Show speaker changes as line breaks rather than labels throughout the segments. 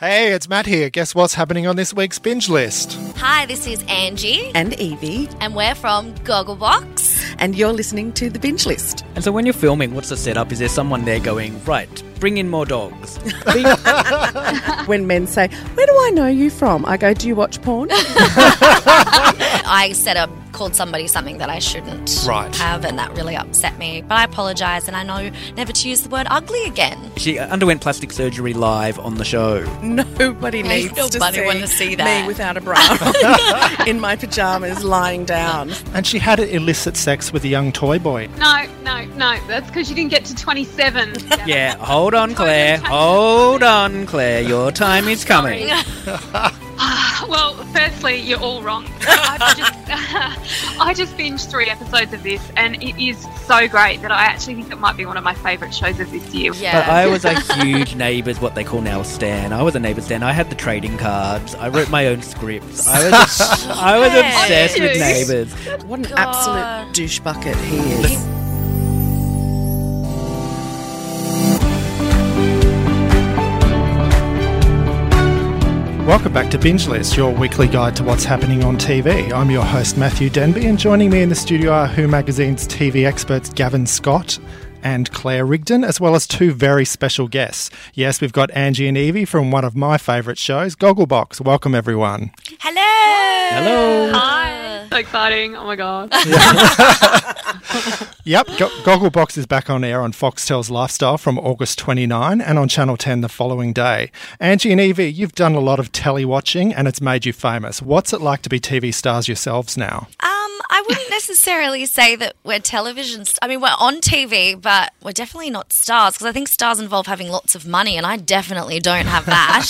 Hey, it's Matt here. Guess what's happening on this week's binge list?
Hi, this is Angie,
and Evie,
and we're from Gogglebox.
and you're listening to The Binge List.
And so when you're filming, what's the setup? Is there someone there going, right, bring in more dogs? Bring-
When men say, Where do I know you from? I go, Do you watch porn?
I said I called somebody something that I shouldn't
Right.
have, and that really upset me. But I apologise, and I know never to use the word ugly again.
she uh, underwent plastic surgery live on the show.
Nobody needs
nobody
to see,
wanna see that.
me without a bra on, in my pajamas lying down.
And she had illicit sex with a young toy boy.
No, no, no. That's because you didn't get to 27.
Yeah, hold on, Claire. Hold on, Claire. Your time is coming.
Well, firstly, you're all wrong. I've just, I just binged three episodes of this, and it is so great that I actually think it might be one of my favourite shows of this year.
But
Yeah.
I was a huge neighbours, what they call now a stan. I was a neighbours stan. I had the trading cards. I wrote my own scripts. I was, obs- I was obsessed with
Yes.
neighbours.
What an
God.
absolute douche bucket he is.
Welcome back to Binge List, your weekly guide to what's happening on TV. I'm your host, Matthew Denby, and joining me in the studio are Who Magazine's TV experts Gavin Scott and Claire Rigdon, as well as two very special guests. Yes, we've got Angie and Evie from one of my favourite shows, Gogglebox. Welcome, everyone.
Hello.
Hello.
Hi. So exciting. Oh my God.
Yep, Go- Gogglebox is back on air on Foxtel's Lifestyle from August 29 and on Channel 10 the following day. Angie and Evie, you've done a lot of telly watching and it's made you famous. What's it like to be TV stars yourselves now?
Um, I wouldn't necessarily say that we're television. St- I mean, we're on TV, but we're definitely not stars because I think stars involve having lots of money, and I definitely don't have that.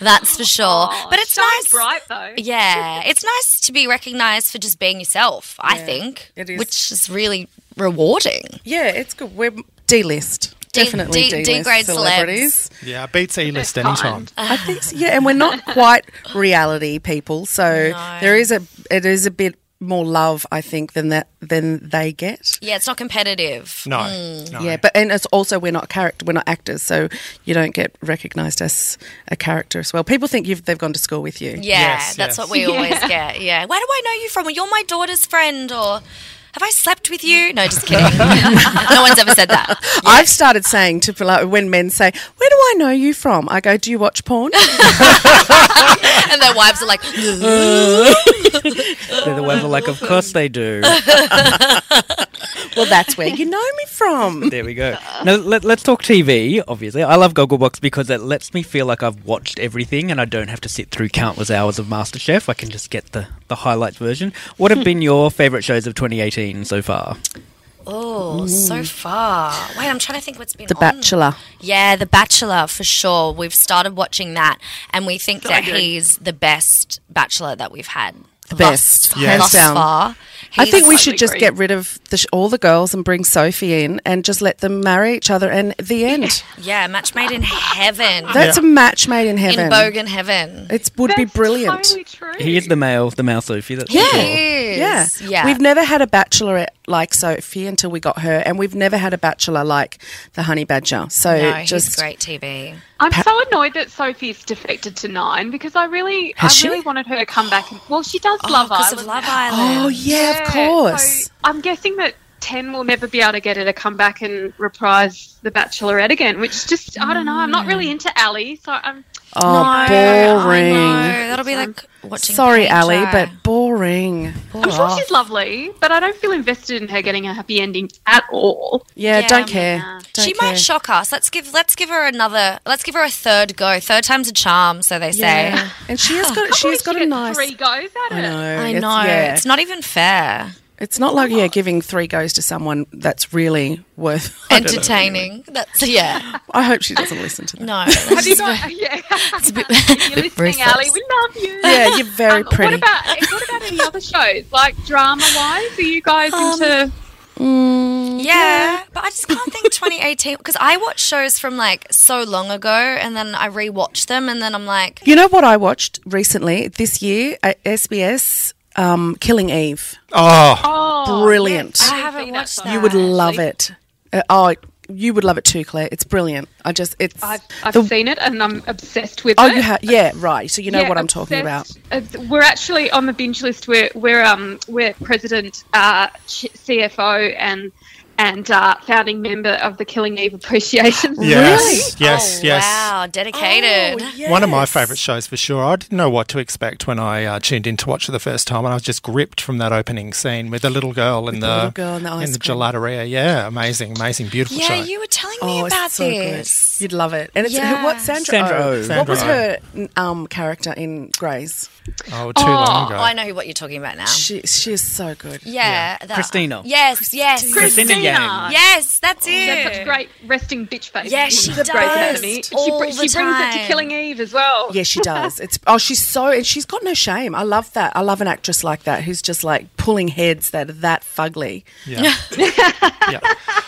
That's for sure. but it's nice.
bright though.
Yeah, it's nice to be recognised for just being yourself. I think
it is.
which is really rewarding.
Yeah, it's good. We're D list.
D-
Definitely
D-
D
D-grade
list
celebs.
celebrities.
Yeah, beats E list
Fine.
anytime.
I think so. yeah, and we're not quite reality people, so there is a it is a bit more love, I think, than that than they get.
Yeah, it's not competitive.
No, no.
Yeah, but and it's also we're not character, we're not actors, so you don't get recognised as a character as well. People think you've they've gone to school with you.
Yeah,
Yes, yes.
that's what we always get. Yeah, where do I know you from? Or you're my daughter's friend, or have I slept with you? No, just kidding. no one's ever said that.
I've started saying to like, when men say, "Where do I know you from?" I go, "Do you watch porn?"
And their wives are like,
They're the ones who are like, of course they do.
well, that's where you know me from.
There we go. Now let, let's talk TV. Obviously, I love Gogglebox because it lets me feel like I've watched everything, and I don't have to sit through countless hours of MasterChef. I can just get the the highlights version. What have been your favourite shows of 2018 so far?
oh, so far. Wait, I'm trying to think what's been
The
on.
Bachelor.
Yeah, The Bachelor for sure. We've started watching that, and we think that he's the best Bachelor that we've had. The
best, hands down.
Far.
I think
He's-
we should just
agree.
get rid of the sh- all the girls and bring Sophie in and just let them marry each other. And the end.
Yeah, match made in heaven.
That's a match made in heaven.
in Bogan heaven.
It would be
That's
brilliant.
Totally true.
He is the male, the male Sophie. That's
Yeah,
for sure.
he
Yeah.
is. yeah.
We've never had a bachelorette like Sophie until we got her, and we've never had a bachelor like the Honey Badger. So
no, he's
just
great TV.
I'm so annoyed that Sophie's defected to nine because I really, I
Has she?
really wanted her to come back. And, well, she does Love
because
Island.
of Love
now.
Oh
Island.
yeah, of
Yeah,
course.
So I'm guessing that 10 will never be able to get her to come back and reprise The Bachelorette again, which just, I don't know. I'm not
Mm.
really into Ali, so I'm.
oh, boring.
That'll be like watching.
Sorry,
Paint
Ali,
Dry.
but boring.
I'm sure
Oh.
she's lovely, but I don't feel invested in her getting a happy ending at all.
Yeah,
Yeah,
don't care. Don't
she
care.
might shock us. Let's give let's give her another. Let's give her a third go. Third time's a charm, so they say.
Yeah. and she has got
I
she's
wish
got
she
a
gets
nice.
three goes at
I know.
it.
I
Oh, it's-
know
yeah.
it's not even fair.
It's not like yeah, giving three goes to someone that's really worth. I don't know.
Entertaining. That's yeah.
I hope she doesn't listen to that.
No.
Have you got? Yeah,
It's a bit-
you're
bit
listening, Ali.
ruthless.
We love you. Um,
Yeah, you're very
What
pretty.
about eh, what about any other shows like drama wise? Are you guys
Um,
into?
Yeah, but I just can't think 2018 because I watch shows from like so long ago and then I rewatch them and then I'm like,
You know what I watched recently this year at SBS? Um, Killing Eve.
Oh,
Brilliant.
I haven't watched that.
you would love it. Uh, oh, you would love it too, Claire. It's brilliant. I just it's.
I've, I've
the-
seen it and I'm obsessed with
oh,
it.
you ha- yeah, right. So you know
Yeah,
what I'm talking about.
obsessed. Uh, we're actually on the binge list. We're we're um we're president, uh, ch- CFO, and and uh, founding member of the Killing Eve Appreciation.
yes, yes,
Oh,
yes.
Wow, dedicated.
Oh,
One of my favourite shows for sure. I didn't know what to expect when I uh, tuned in to watch it the first time, and I was just gripped from that opening scene with the little girl in the,
little girl and the ice
in the
cream.
gelateria. Yeah, amazing, amazing, beautiful
Yeah,
show.
you were telling me
Oh,
about
it's so
this.
good. You'd love it. And it's
Yeah.
who what Sandra,
Sandra
Oh.
Oh.
What was her
Sandra
um, character in Grays?
oh, too long ago.
Oh, I know who- what you're talking about now.
She she is so good.
yeah, that-
Christina.
Yes, yes,
Christina Yang.
yes. That's
She has such
it.
great resting bitch face.
Yeah, she
Grey's
does.
Anatomy. She, br-
All the
she brings it
time.
to Killing Eve as well.
Yeah, she does. It's oh, she's so and she's got no shame. I love that. I love an actress like that who's just like pulling heads that are that fugly.
Yeah. yeah.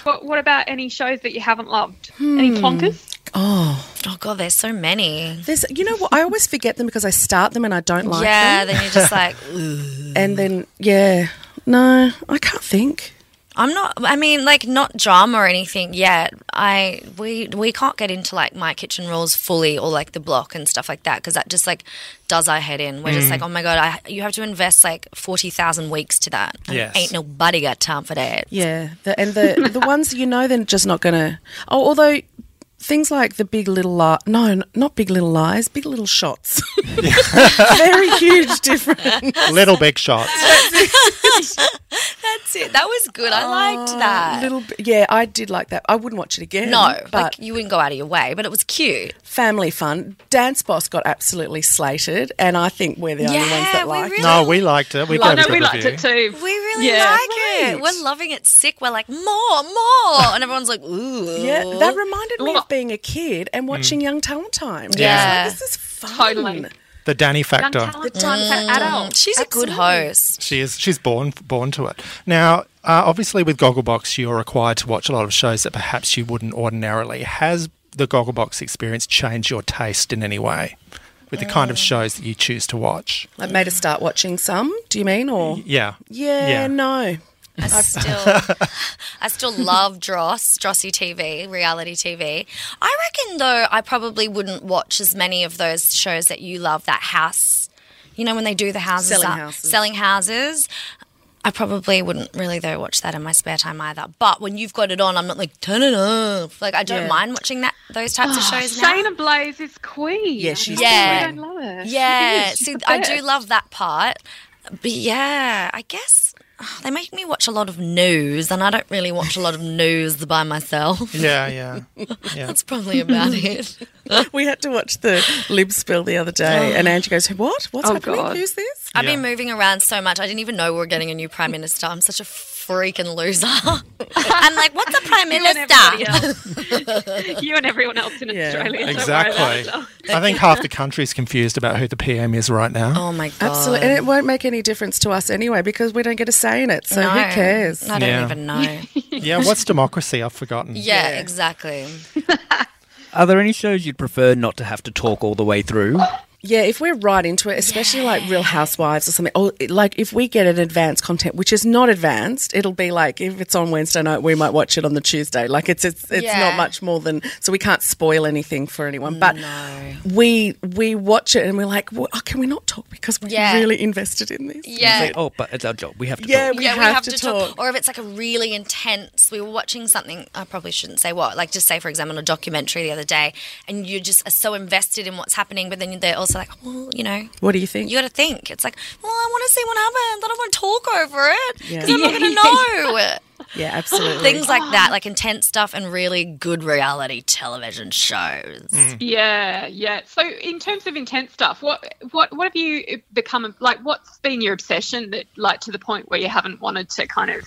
What, what about any shows that you haven't loved?
Hmm.
Any plonkers?
Oh god, there's so many.
There's, you know, what I always forget them because I start them and I don't like
yeah,
them.
then you're just like,
and then yeah, no, I can't think.
I'm not. I mean, like not drama or anything yet. I we we can't get into like my kitchen rules fully or like the block and stuff like that because that just like does our head in. We're just like, oh my god, I, you have to invest like forty thousand weeks to that. And
Yes.
ain't nobody got time for that.
Yeah, the, and the the ones you know they're just not gonna. Oh, although things like the Big Little Li- no, n- not Big Little Lies, Big Little Shots. Very huge difference.
Little big shots.
That's it. That was good. I liked that.
Little, b- yeah, I did like that. I wouldn't watch it again.
no,
but
like you wouldn't go out of your way, but it was cute.
family fun. Dance Boss got absolutely slated, and I think we're the only ones
Yeah,
that
we
like.
really-
No, we liked it. We
I
got
know
a good
we liked
review.
it too.
We really
Yeah.
like
Right.
it. We're loving it sick. We're like, more, more. And everyone's like, ooh.
Yeah, that reminded me
Look.
of being a kid and watching Young Talent Time.
Yeah.
It's like, this is fun.
Totally.
The Danny factor.
Untalented
Mm.
adult.
She's a good host.
She is. She's born born to it. Now, uh, obviously, with Gogglebox, you're required to watch a lot of shows that perhaps you wouldn't ordinarily. Has the Gogglebox experience changed your taste in any way with the kind of shows that you choose to watch?
Like made us start watching some. Do you mean or?
Yeah.
Yeah, no.
I still, I still love Dross, Drossy TV, reality TV. I reckon though, I probably wouldn't watch as many of those shows that you love. That house, you know, when they do the houses,
Selling
up-
houses.
selling houses. I probably wouldn't really though watch that in my spare time either. But when you've got it on, I'm not like turn it off. Like I don't
Yeah. Ah,
mind watching that those types of shows now.
Shayna Blaze is queen.
Yeah, she's
Yeah.
I don't love her.
Yeah,
She is. She's
see,
the
I
best.
do love that part. But yeah, I guess oh, they make me watch a lot of news, and I don't really watch a lot of news by myself.
Yeah. Yeah. Yeah.
That's probably about it.
We had to watch the lib spill the other
Oh.
day, and Angie goes, "What? What's
Oh,
happening?
God.
Who's this?"
I've been moving around so much, I didn't even know we were getting a new prime minister. I'm such a freaking loser. I'm like, what's a prime
everybody
minister?
you and everyone else in
Yeah.
Australia. don't worry about it.
Exactly. I think half the country's confused about who the PM is right now.
Oh my god!
Absolutely, and it won't make any difference to us anyway because we don't get a say in it. So
No.
who cares?
I don't
Yeah.
even know. Yeah,
Yeah, what's democracy? I've forgotten.
exactly.
Are there any shows you'd prefer not to have to talk all the way through?
Yeah, if we're right into it, especially like Real Housewives or something, or it- like if we get an advanced content, which is not advanced, it'll be like if it's on Wednesday night, we might watch it on the Tuesday. Like it's it's, it's
Yeah.
not much more than so we can't spoil anything for anyone. But we we watch it and we're like, well, oh, can we not talk because we're
Yeah.
really invested in this?
Yeah.
Say, oh, but it's our job. We have to
Yeah,
talk.
we, have, to, talk.
Or if it's like a really intense, we were watching something, I probably shouldn't say what, like just say, for example, a documentary the other day, and you just are so invested in what's happening, but then they're also are like, well, you know,
What do you think?
you got to think. It's like, well, I want to see what happens. I don't want to talk over it because
Yeah.
I'm not going to know.
yeah, absolutely.
Things like that, like intense stuff and really good reality television shows.
Mm.
Yeah, yeah. So in terms of intense stuff, what what what have you become like what's been your obsession that like to the point where you haven't wanted to kind of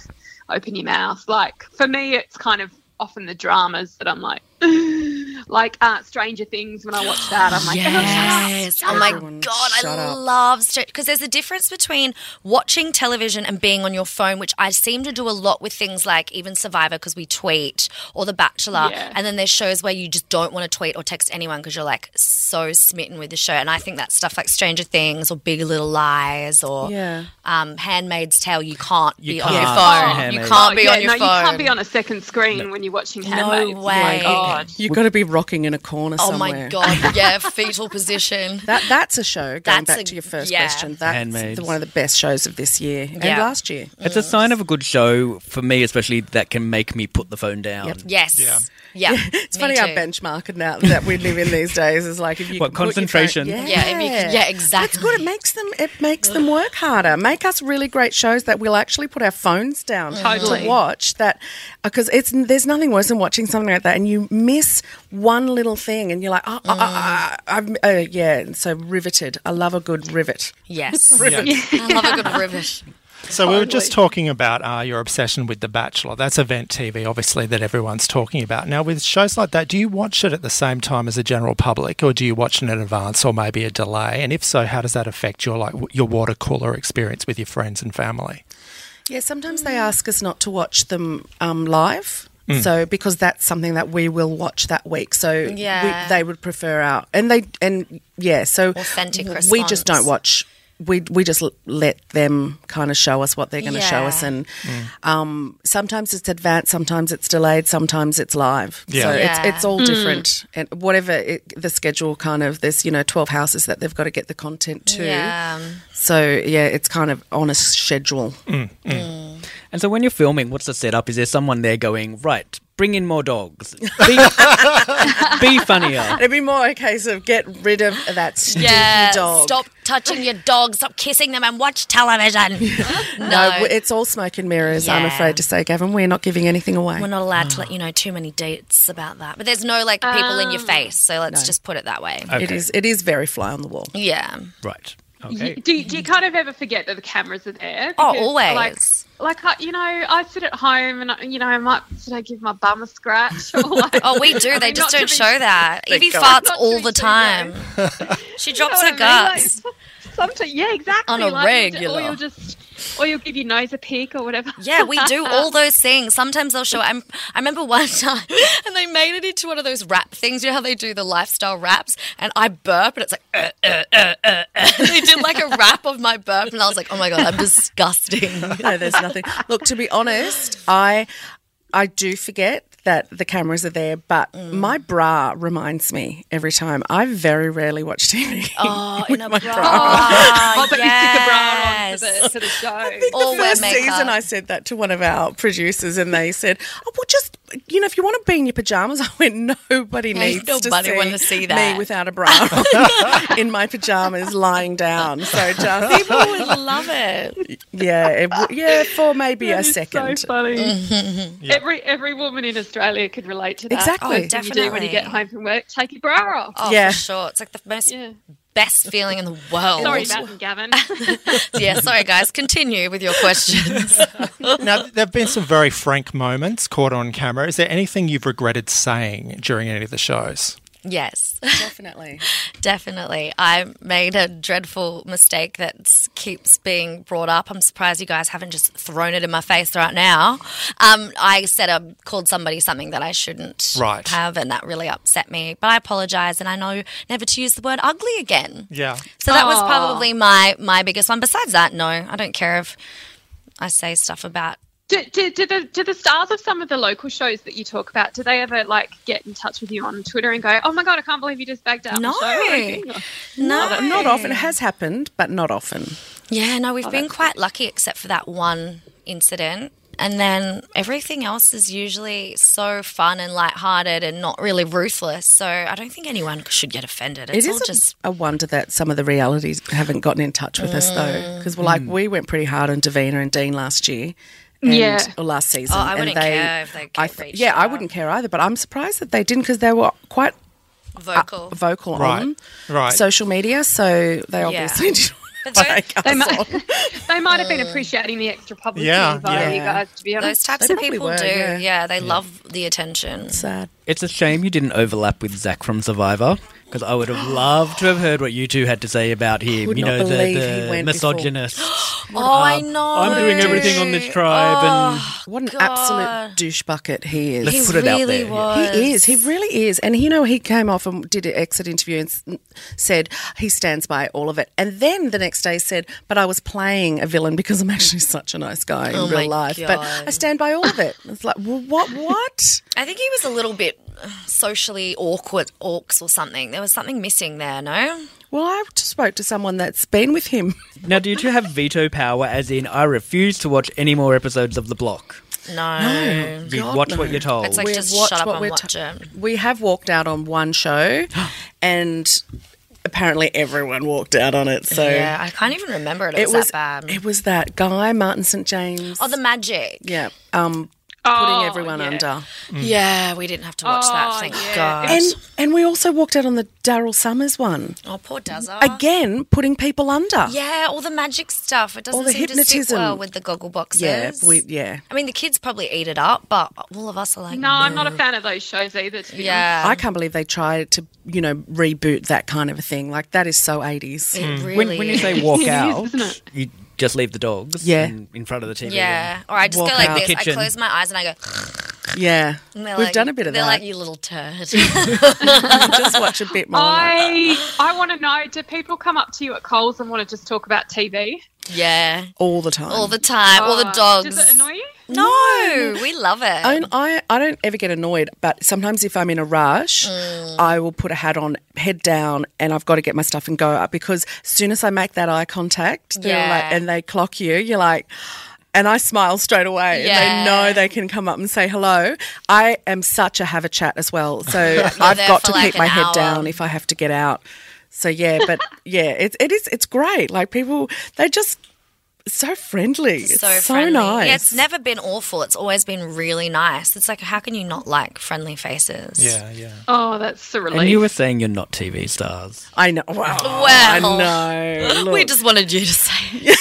open your mouth? Like for me it's kind of often the dramas that I'm like like uh Stranger Things when I watch that I'm like
Yes. Oh my
Everyone
god, I
shut up.
love because there's a difference between watching television and being on your phone, which I seem to do a lot with things like even Survivor because we tweet or The Bachelor,
Yeah.
and then there's shows where you just don't want to tweet or text anyone because you're like so smitten with the show. And I think that's stuff like Stranger Things or Big Little Lies or
Yeah.
um, Handmaid's Tale. You can't be on
can't.
your
Oh,
phone.
Handmaid's-
you can't be
yeah,
on your
no,
phone.
you can't be on a second screen when you're watching Handmaid's. Oh
way.
My God.
You've got to be rocking in a corner
Oh
somewhere.
my god! Yeah, fetal position.
That, that's a show. Going
That's
back
a-
to your first
yeah.
question, that's
Handmaids.
the, one of the best shows of this year and
Yeah.
last year.
It's a sign of a good show for me, especially that can make me put the phone down.
Yes. Yeah.
It's
Me
funny
too.
our benchmark now that we live in these days is like if you
What,
can put your phone-
concentration?
Yeah, if you can- yeah, exactly.
That's good. It makes them it makes them work harder. Make us really great shows that we'll actually put our phones down
Totally.
to watch. That because it's there's nothing worse than watching something like that and you miss one little thing and you're like oh, oh, oh,
Mm.
oh, I'm uh, yeah. And so riveted. I love a good rivet.
Yes. I love a good rivet.
So we were just talking about uh, your obsession with The Bachelor. That's event TV, obviously, that everyone's talking about. Now, with shows like that, do you watch it at the same time as the general public, or do you watch it in advance, or maybe a delay? And if so, how does that affect your like w- your water cooler experience with your friends and family?
Yeah, sometimes they
Mm.
ask us not to watch them um, live. So because that's something that we will watch that week, so
Yeah.
we, they would prefer our and they and yeah, so
Authentic
w- We just
response.
don't watch. We we just l- let them kind of show us what they're going to show
Yeah.
us, and um, sometimes it's advanced, sometimes it's delayed, sometimes it's live.
Yeah.
So
Yeah. Mm.
it's it's all different, and whatever it, the schedule kind of there's you know twelve houses that they've got to get the content to.
Yeah.
So yeah, it's kind of on a schedule.
And so when you're filming, what's the setup? Is there someone there going, right, bring in more dogs? Be, be funnier.
It'd be more a case of get rid of that stinky
Yeah.
dog.
Stop touching your dog. Stop kissing them and watch television. no.
No, w- it's all smoke and mirrors. I'm
Yeah.
afraid to say, Gavin, we're not giving anything away.
we're not allowed to let you know too many dates about that. But there's no like people in your face. So let's just put it that way.
It is. It is very fly on the wall.
Yeah.
Right.
You-
Okay.
do, you- do you kind of ever forget that the cameras are there?
Oh,
Because,
always.
Like, like I, you know, I sit at home and I- you know I might should I give my bum a scratch? Or like,
Oh, we do. They
I'm
just
not
don't
to be-
show that. Evie
God.
farts
Not to
all
be
the
too
time. Oh, she
You know
drops
what
her
I mean? Like,
guts.
sometimes, yeah, exactly.
On a
like, you ju-
regular.
Or you'll just, or you'll give your nose a peek or whatever.
Yeah, we do all those things. Sometimes they'll show. I'm, I remember one time, and they made it into one of those rap things. You know how they do the lifestyle raps, and I burp, and it's like uh, uh, uh, uh, uh. they did like a rap of my burp, and I was like, oh my god, I'm disgusting.
No, there's nothing. Look, to be honest, I I do forget that the cameras are there, but
Mm.
my bra reminds me every time. I very rarely watch TV.
Oh, in a bra.
Oh, but
yes.
you stick a bra on to the, to the show.
All
the
wear
first
makeup.
season, I said that to one of our producers, and they said, "Oh, well, just you know, if you want to be in your pajamas," I went, "Nobody
Yeah,
needs
nobody
to see,
wanna see that."
me without a bra on, in my pajamas, lying down." So just
People would Oh, love it.
yeah, it, w- yeah, for maybe a
It's
second.
So funny. Every every woman in Australia could relate to that.
Exactly.
What do you do when you get
Definitely.
home from work, take your bra off.
Oh,
Yeah.
for sure. It's like the most
Yeah.
best feeling in the world.
Sorry, Matt and Gavin.
yeah, sorry guys. Continue with your questions.
Now, there have been some very frank moments caught on camera. Is there anything you've regretted saying during any of the shows?
yes.
Definitely.
Definitely. I made a dreadful mistake that keeps being brought up. I'm surprised you guys haven't just thrown it in my face right now. Um, I said I called somebody something that I shouldn't
Right.
have, and that really upset me. But I apologize, and I know never to use the word ugly again.
Yeah.
So that was probably my, my biggest one. Besides that, no, I don't care if I say stuff about.
do, do, do the do the stars of some of the local shows that you talk about? Do they ever like get in touch with you on Twitter and go, "Oh my god, I can't believe you just bagged out"?
No.
the show?
No,
Not often. It has happened, but not often. Oh,
Yeah, no, we've been quite lucky except for that one incident. And then everything else is usually so fun and lighthearted and not really ruthless. So I don't think anyone should get offended. It's
It
all
is
just
a, a wonder that some of the realities haven't gotten in touch with us
Mm.
though, because we're like
Mm.
we went pretty hard on Davina and Dean last year, and,
Yeah.
or last season.
Oh, I
and
wouldn't
they-
care if they
I
get reached
yeah, I
out.
wouldn't care either. But I'm surprised that they didn't because they were quite uh,
vocal.
vocal
Right.
on
Right.
social media, so they obviously didn't.
But
wanna
those-
take
They
us
might,
on.
they might have been
Uh,
appreciating the extra publicity
Yeah,
by
yeah.
you guys, to be
Those
honest.
types
They
of
probably
people
were,
do.
yeah.
Yeah, they love the attention.
Sad.
It's a shame you didn't overlap with Zach from Survivor because I would have loved to have heard what you two had to say about him.
Could
you
not
know,
believe
the,
he
the
went before.
misogynist.
Oh, I know.
I'm doing everything on this tribe,
What an
Oh, God.
absolute douche bucket he is.
Let's
He
put it out
really
there.
was.
He is. He really is. And you know, he came off and did an exit interview and s- said he stands by all of it. And then the next day said, "But I was playing a villain because I'm actually such a nice guy in
Oh my
real life. But
God.
I stand by all of it." It's like, well, what? What?
I think he was a little bit socially awkward, orcs or something. There was something missing there, no?
well, I just spoke to someone that's been with him.
and- now, do you two have veto power? As in, I refuse to watch any more episodes of The Block.
No.
You
Oh, God,
watch
no.
what you're told.
It's like
We've
just
watched
shut up
what
and
we're
watch
t-
it.
We have walked out on one show, and apparently everyone walked out on it. So
Yeah, I can't even remember it. It, was, that bad.
It was that guy Martin St James.
oh, the magic.
yeah. Um,
Oh,
putting everyone
yeah.
under.
Yeah, we didn't have to watch that.
Oh,
Thank
yeah.
God.
Mm. And and we also walked out on the Daryl Summers one.
oh, poor Dazza.
Again, putting people under.
Yeah, all the magic stuff. It doesn't
All the
seem to sit
hypnotism.
well with the goggle boxes.
Yeah, we, yeah.
I mean, the kids probably eat it up, but all of us are like, "Mm."
No, I'm not a fan of those shows either. To be
Yeah,
I can't believe they tried to, you know, reboot that kind of a thing. Like that is so 80s.
it really.
when, when you say walk out,
isn't it?
you just leave the dogs
Yeah.
in, in front of the TV.
yeah, or I just
Walk
go like
out.
this.
Kitchen.
I close my eyes and I go.
Yeah.
and they're
We've
like-
done a bit of
they're
that.
like you little turd.
Just watch a bit
Oh
more.
I I want to know: Do people come up to you at Coles and want to just talk about TV
yeah,
all the time.
all the time, all the
Uh,
dogs.
Does it annoy you?
no, we love it.
I, I, I don't ever get annoyed, but sometimes if I'm in a rush,
Mm.
I will put a hat on, head down, and I've got to get my stuff and go up because as soon as I make that eye contact, they're
Yeah.
like, and they clock you, you're like, and I smile straight away.
Yeah.
And they know they can come up and say hello. I am such a have a chat as well. So I've
there
got
for
to
like
keep my
an
head
hour.
down if I have to get out. So yeah, but yeah, it's it is it's great. Like people they just so friendly. It's so,
friendly.
nice.
Yeah, it's never been awful. It's always been really nice. It's like, how can you not like friendly faces?
Yeah, yeah.
Oh, that's a relief.
And you were saying you're not TV stars.
I know. Wow.
Well.
I know.
Oh. We
Look.
just wanted you to say it.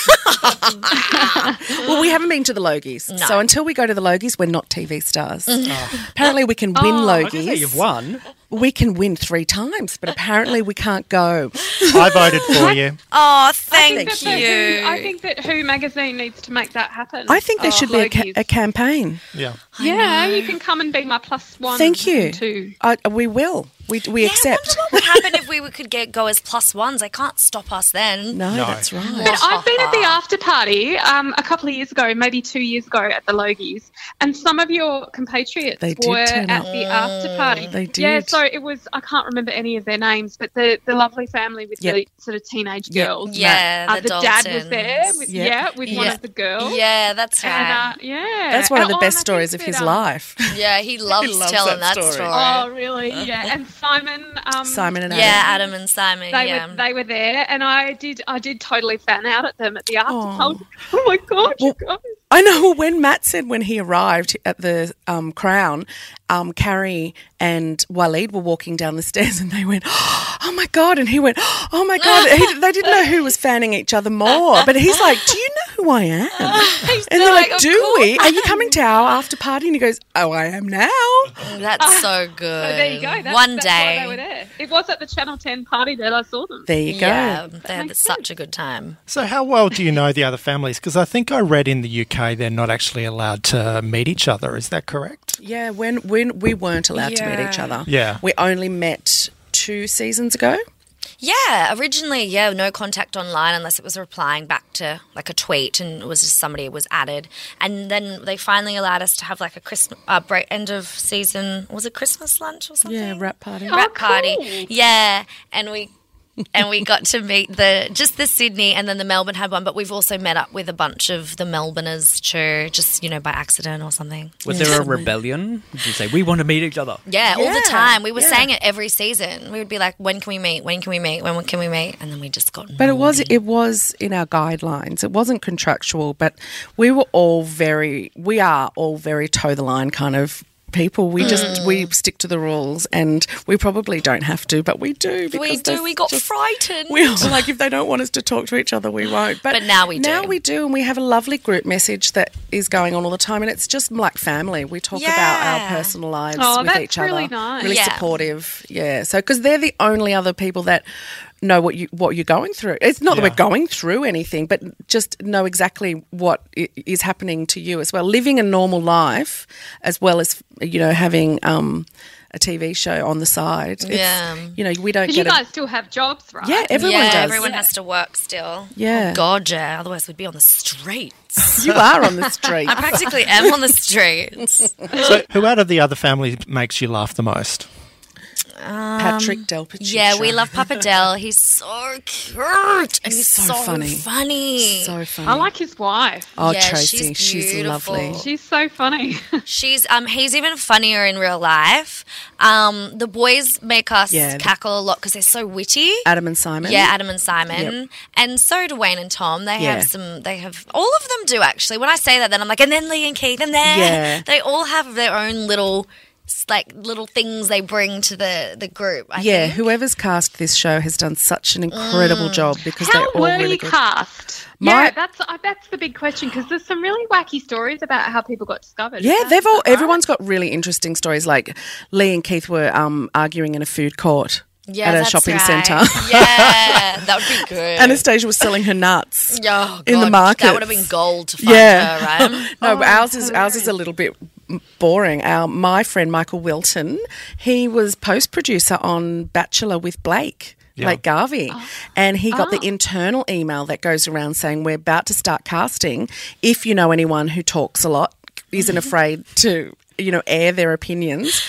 well, we haven't been to the Logies, so until we go to the Logies, we're not TV stars.
Mm.
Apparently, we can win
Oh,
I can say
Logies.
you've won.
We can win three times, but apparently, we can't go.
I voted for you.
Oh,
I
thank
think
you.
that the Who- I think that Who magazine needs to make that happen.
I think there
Oh,
should be a, ca-
Logies.
a campaign.
Yeah.
yeah, you can come and be my plus one.
Thank you.
and Two.
I, we will. We we
yeah,
accept.
I wonder what would happen if we would- could get go as plus ones. They can't stop us then.
No, that's right.
But I've been at the after party um, a couple of years ago, maybe two years ago, at the Logies, and some of your compatriots
They did
were
turn
at
up.
the after party.
They
Yeah,
did.
so it was, I can't remember any of their names, but the, the lovely family with
Yep.
the sort of teenage
Yep.
girls.
Yeah,
Uh,
the,
the dad was
Daltons.
there, with,
Yep.
yeah, with one
Yeah.
of the girls.
Yeah, that's right.
And, uh, yeah.
That's one of
And-
the
oh,
best
and I
stories of
think
his
that, um,
life.
yeah, he loves,
loves
telling
that
that
story.
story.
Oh, really? Yeah. And Simon. Um,
Simon and
yeah,
Adam.
Adam and Simon.
they
yeah.
were they were there, and I did I did totally fan out at them at the after.
Aw.
party. Oh my god, you guys!
I know when Matt said when he arrived at the um, Crown, um, Carrie and Waleed were walking down the stairs and they went, Oh my God. And he went, Oh my God. He, they didn't know who was fanning each other more. But he's like, Do you know who I am? And they're like,
"Of
Do we? Are you coming to our after party? And he goes, Oh, I am now.
That's so good.
So there you go. That's,
One
that's
day.
why they were there. It was at the Channel Ten party that I saw them.
There you go.
Yeah, they had such a good time.
So, how well do you know the other families? Because I think I read in the UK they're not actually allowed to meet each other. Is that correct?
Yeah, when, when we weren't allowed to meet each other.
Yeah.
We only met two seasons ago.
Yeah, originally, yeah, no contact online unless it was replying back to like a tweet and it was just somebody was added. And then they finally allowed us to have like a Christmas uh, break, end of
Oh,
season, was it Christmas lunch or something?
Yeah, rap party.
Wrap party. Yeah, and we and we got to meet the just the Sydney and then the Melbourne had one, but we've also met up with a bunch of the Melbourners too, just you know by accident or something.
Was there a rebellion? Did you say we want to meet each other?
Yeah, all the
Yeah,
time. We were
yeah.
saying it every season. We would be like, "When can we meet? When can we meet? When can we meet?" And then we just got.
But it was it was in our guidelines. It wasn't contractual, but we were all very we are all very toe the line kind of people. We just
Mm.
we stick to the rules and we probably don't have to, but we do because
we do.
there's
We got
just-
frightened.
we are like if they don't want us to talk to each other, we won't. But,
But now we
Now
do.
we do, and we have a lovely group message that is going on all the time, and it's just like family. We talk about
Yeah.
our personal lives
Oh,
with
that's
each
really
other.
nice.
Really
Yeah.
supportive. Yeah. So because they're the only other people that know what you what you're going through. It's not that we're going through anything, but just know exactly what i- is happening to you as well. Living a normal life, as well as you know having. Um, a TV show on the side. It's-
Yeah.
you know we don't
Because
get
you
it.
guys still have jobs, right?
Yeah, everyone
yeah,
does.
everyone has to work still.
Yeah.
Oh, God, yeah. Otherwise, we'd be on the streets.
you are on the street.
I practically am on the streets.
So, who out of the other family makes you laugh the most?
Patrick Delpitch.
Yeah, we love Papa Del. He's so cute and he's, so,
so
funny. funny.
funny. So funny.
I like his wife.
Oh,
Yeah,
Tracy,
she's
she's, lovely.
beautiful.
She's so funny.
She's um he's even funnier in real life. Um the boys make us
Yeah.
cackle a lot because they're so witty.
Adam and Simon.
Yeah, Adam and Simon, and so do Wayne and Tom. They
Yeah.
have some. They have all of them do actually. When I say that, then I'm like, and then Lee and Keith, and then
Yeah.
they all have their own little, s- like little things they bring to the the group. I
Yeah,
think. Mm.
whoever's cast this show has done such an incredible job because
How
they're all
were
"Oh, really
you
good.
cast?
My-
yeah, that's uh, that's the big question because there's some really wacky stories about how people got discovered.
Yeah,
isn't
they've
there?
all. Everyone's got really interesting stories. Like Lee and Keith were um, arguing in a food court
Yeah,
at a
that's
shopping
right.
centre.
yeah, that would be good.
Anastasia was selling her nuts.
Oh,
in the
God,
markets.
that would have been gold to find
Yeah.
her, right?
No, but ours is ours is a little bit m- boring. Our my friend Michael Wilton, he was post producer on Bachelor with Blake. Blake Garvey, and he got the internal email that goes around saying we're about to start casting. If you know anyone who talks a lot, isn't afraid to you know air their opinions,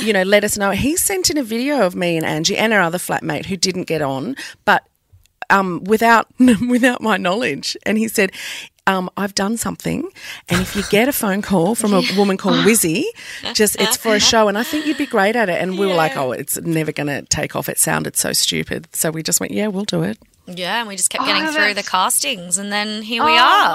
you know let us know. He sent in a video of me and Angie and our other flatmate who didn't get on, but um, without without my knowledge. And he said, um, "I've done something, and if you get a phone call from a woman called Wizzy, just it's for a show, and I think you'd be great at it." And we were like, "Oh, it's never going to take off. It sounded so stupid." So we just went, "Yeah, we'll do it."
Yeah, and we just kept getting
Oh,
through the
that's-
castings, and then here we
Oh,
are.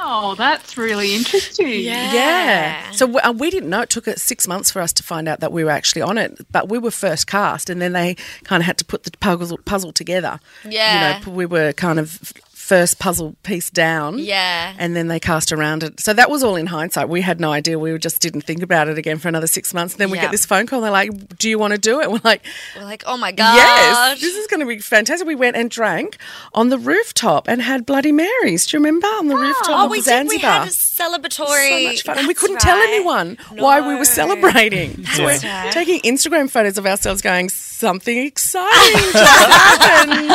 Wow, that's really interesting.
Yeah. So we, uh, we didn't know. It took us six months for us to find out that we were actually on it, but we were first cast, and then they kind of had to put the puzzle, puzzle together.
Yeah.
You know, p- we were kind of f- first puzzle piece down.
Yeah.
And then they cast around it. So that was all in hindsight. We had no idea. We just didn't think about it again for another six months. And then we
Yeah.
get this phone call. They're like, "Do you want to do it?" We're like,
We're like, oh my gosh.
Yes, this is going to be fantastic. We went and drank on the rooftop and had Bloody Marys. Do you remember on the rooftop
Oh,
of
we did. We
Zanzibar?
had a celebratory.
so much fun. And we
That's
couldn't tell
right.
anyone why we
No.
were celebrating. So we're
right.
taking Instagram photos of ourselves going, something exciting just happened.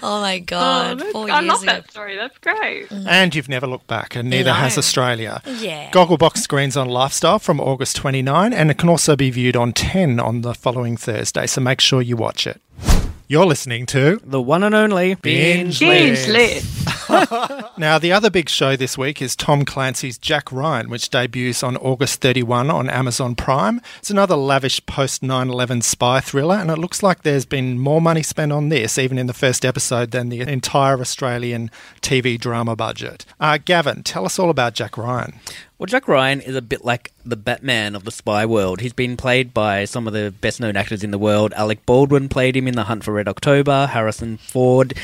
Oh my
Oh,
god.
that's-
Four
I
years
love
ago.
that story. That's great.
Mm.
And you've never looked back, and neither has Australia.
Yeah.
Gogglebox screens on Lifestyle from August 29, and it can also be viewed on 10 on the following Thursday, so make sure you watch it. You're listening to
The one and only
Binge
Huge
List.
list.
Now, the other big show this week is Tom Clancy's Jack Ryan, which debuts on August 31 on Amazon Prime. It's another lavish post 9 11 spy thriller, and it looks like there's been more money spent on this, even in the first episode, than the entire Australian TV drama budget. Uh, Gavin, tell us all about Jack Ryan.
Well, Jack Ryan is a bit like the Batman of the spy world. He's been played by some of the best known actors in the world. Alec Baldwin played him in The Hunt for Red October. Harrison Ford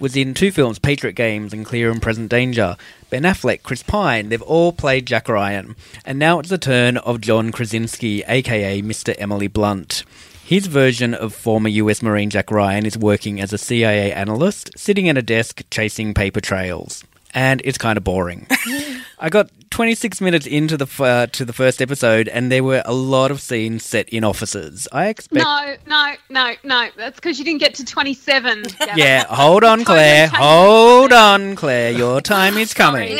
was in two films, Patriot Games and Clear and Present Danger. Ben Affleck, Chris Pine, they've all played Jack Ryan. And now it's the turn of John Krasinski, aka Mr. Emily Blunt. His version of former US Marine Jack Ryan is working as a CIA analyst, sitting at a desk chasing paper trails. And it's kind of boring. I got 26 minutes into the f- uh, to the first episode, and there were a lot of scenes set in offices. I expect.
No, no, no, no. That's because you didn't get to 27. Gavin.
Yeah, hold on, Claire.
Totally
Hold on, Claire. Your time is coming.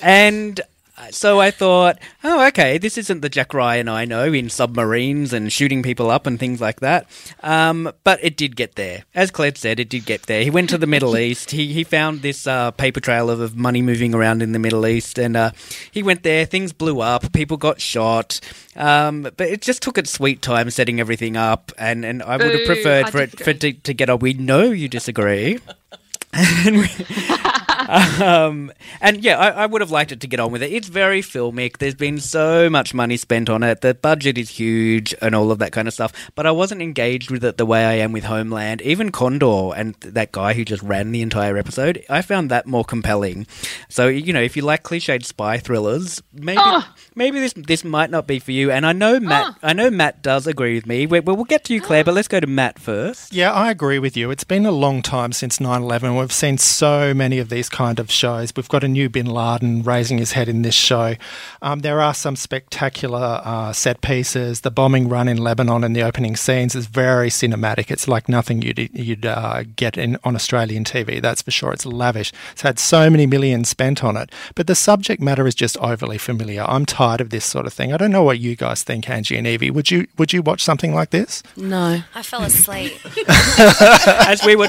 and uh, So I thought, oh, okay, this isn't the Jack Ryan I know in submarines and shooting people up and things like that. Um, but it did get there. As Claire said, it did get there. He went to the Middle East. He, he found this uh, paper trail of, of money moving around in the Middle East. And uh, he went there. Things blew up. People got shot. Um, but it just took its sweet time setting everything up. And, and I would have
Boo,
preferred
I
for it for it to,
disagree.
to get up. We know you disagree. and we- um, and yeah, I, I would have liked it to get on with it. It's very filmic. There's been so much money spent on it. The budget is huge and all of that kind of stuff. But I wasn't engaged with it the way I am with Homeland. Even Condor and th- that guy who just ran the entire episode, I found that more compelling. So you know, if you like cliched spy thrillers, maybe maybe this this might not be for you. And I know Matt. I know Matt does agree with me. We, we'll we'll get to you, Claire, but let's go to Matt first.
Yeah, I agree with you. It's been a long time since 9 11. We've seen so many of these kind of shows. We've got a new Bin Laden raising his head in this show. Um, there are some spectacular uh, set pieces. The bombing run in Lebanon and the opening scenes is very cinematic. It's like nothing you'd, you'd uh, get in on Australian TV, that's for sure. It's lavish. It's had so many millions spent on it. But the subject matter is just overly familiar. I'm tired of this sort of thing. I don't know what you guys think, Angie and Evie. Would you, would you watch something like this?
No.
I fell asleep.
As we were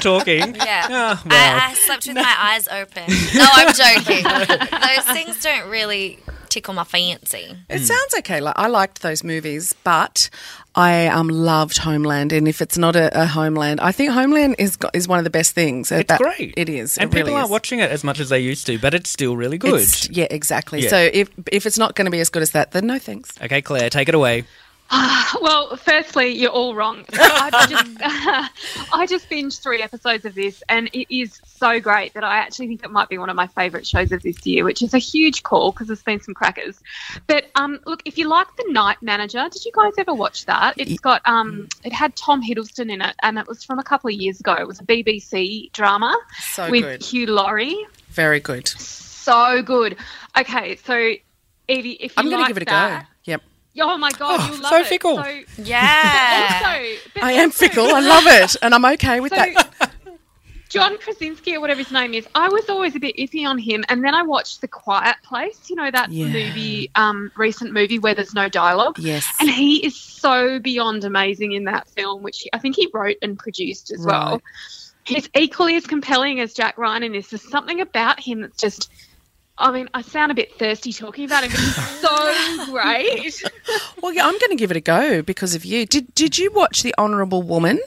talking,
Yeah.
Oh,
Ah, wow.
I, I slept with my eyes open. No, I'm joking. Those things don't really tickle my fancy.
It sounds okay. Like I liked those movies, but I um, loved Homeland. And if it's not a, a Homeland, I think Homeland is go- is one of the best things. Uh,
It's
that-
great.
It is.
And
it
people
really
aren't
is.
watching it as much as they used to, but it's still really good.
It's- yeah, exactly.
Yeah.
So if if it's not going to be as good as that, then no thanks.
Okay, Claire, take it away.
Well, firstly, you're all wrong. I just, I just binged three episodes of this, and it is so great that I actually think it might be one of my favourite shows of this year, which is a huge call because there's been some crackers. But um, look, if you like The Night Manager, did you guys ever watch that? It's got um, it had Tom Hiddleston in it, and it was from a couple of years ago. It was a BBC drama
So
with
good.
Hugh Laurie.
Very good.
So good. Okay, so Evie, if you
I'm going
like
to give it a
that,
go. Yep.
go. Oh my god,
Oh,
you'll love
so
it.
fickle.
So
Yeah.
also, but
I am
also,
fickle. I love it, and I'm okay with
So,
that.
John Krasinski or whatever his name is, I was always a bit iffy on him, and then I watched The Quiet Place. You know that
Yeah.
movie, um, recent movie where there's no dialogue.
Yes.
and he is so beyond amazing in that film, which he, I think he wrote and produced as
Right.
well. He's equally as compelling as Jack Ryan in this. There's something about him that's just. I mean, I sound a bit thirsty talking about him, but he's so great.
Well, yeah, I'm going to give it a go because of you. Did Did you watch the Honourable Woman?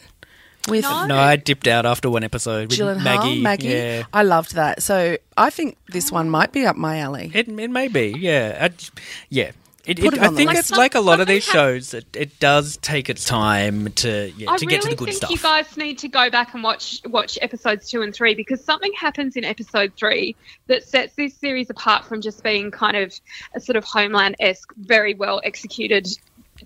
With
No, I dipped out after one episode with
Gyllenhaal,
Maggie.
Maggie.
Yeah.
I loved that. So I think this one might be up my alley.
It, it may be, yeah. I, yeah. It,
Put
it,
it
I
on the
think
list.
it's like a lot of
Something
these
hap-
shows. It, it does take its time to yeah,
I
to
really
get to the good
think
stuff.
you guys need to go back and watch watch episodes two and three because something happens in episode three that sets this series apart from just being kind of a sort of homeland esque, very well executed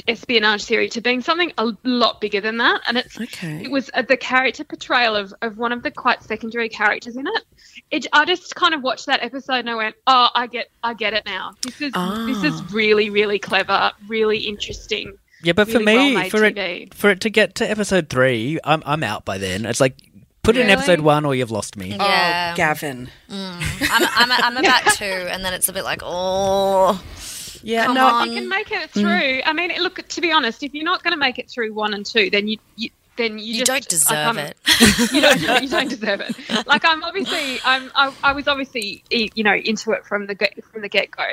espionage series to being something a lot bigger than that. And it's
Okay.
it was uh, the character portrayal of, of one of the quite secondary characters in it. it. I just kind of watched that episode and I went, oh, I get I get it now. This is this
Ah.
is really really clever, really interesting.
yeah, but for
really
me,
well-made
for
TV.
it for it to get to episode three, I'm I'm out by then. It's like put it in
Really?
episode one or you've lost me.
Yeah.
Oh, Gavin.
I'm, I'm, I'm about two, and then it's a bit like, oh.
Yeah.
Come
no.
on.
you can make it
Mm.
through. I mean, it- look. To be honest, if you're not going to make it through one and two, then you, you then you,
You
just-
don't deserve
I'm-
it.
you don't you don't deserve it. Like I'm obviously I'm I, I was obviously e- you know into it from the get, from the get go,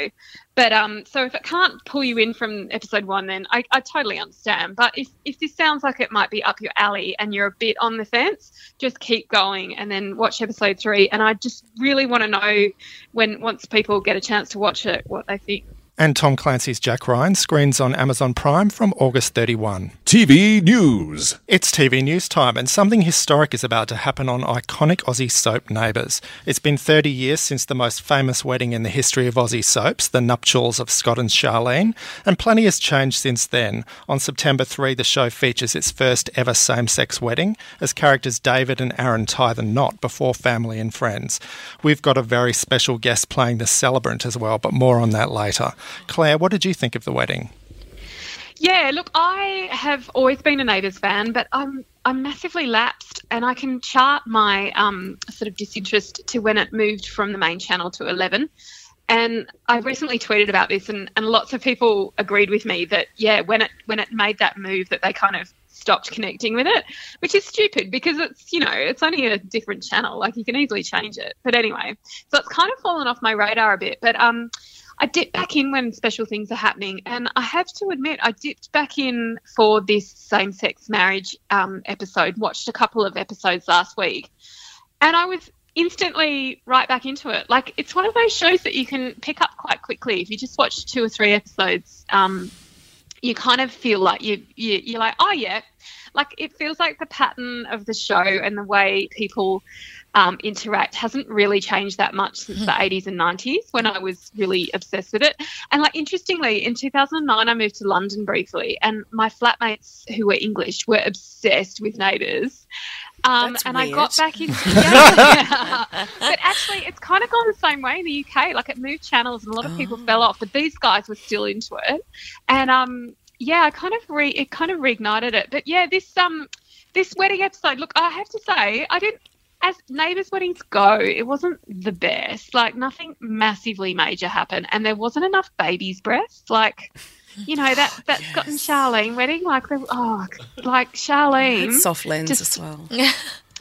but um so if it can't pull you in from episode one, then I, I totally understand. But if if this sounds like it might be up your alley and you're a bit on the fence, just keep going and then watch episode three. And I just really want to know when once people get a chance to watch it what they think.
And Tom Clancy's Jack Ryan screens on Amazon Prime from August 31.
TV News.
It's TV news time, and something historic is about to happen on iconic Aussie soap Neighbours. It's been 30 years since the most famous wedding in the history of Aussie soaps, the nuptials of Scott and Charlene, and plenty has changed since then. On September 3, the show features its first ever same sex wedding as characters David and Aaron tie the knot before family and friends. We've got a very special guest playing the celebrant as well, but more on that later. Claire, what did you think of the wedding?
Yeah, look, I have always been a Neighbours fan, but I'm I'm massively lapsed, and I can chart my um, sort of disinterest to when it moved from the main channel to Eleven, And I recently tweeted about this, and, and lots of people agreed with me that yeah, when it when it made that move, that they kind of stopped connecting with it, which is stupid because it's you know it's only a different channel, like you can easily change it. But anyway, so it's kind of fallen off my radar a bit, but um. I dip back in when special things are happening, and I have to admit, I dipped back in for this same-sex marriage um, episode. Watched a couple of episodes last week, and I was instantly right back into it. Like it's one of those shows that you can pick up quite quickly if you just watch two or three episodes. Um, you kind of feel like you, you you're like, oh yeah, like it feels like the pattern of the show and the way people um, interact hasn't really changed that much since
Hmm.
the 80s and 90s when I was really obsessed with it. And like interestingly, in 2009 I moved to London briefly, and my flatmates who were English were obsessed with Neighbours. Um,
That's
and I
weird.
got back into yeah, yeah. but actually it's kind of gone the same way in the UK. Like it moved channels and a lot of people fell off, but these guys were still into it. And um, yeah, I kind of re it kind of reignited it. But yeah, this um this wedding episode. Look, I have to say, I didn't. As neighbours' weddings go, it wasn't the best. Like nothing massively major happened, and there wasn't enough baby's breath. Like, you know that that Scott and Charlene wedding. Like, the, oh, like Charlene.
Soft lens
Just-
as well.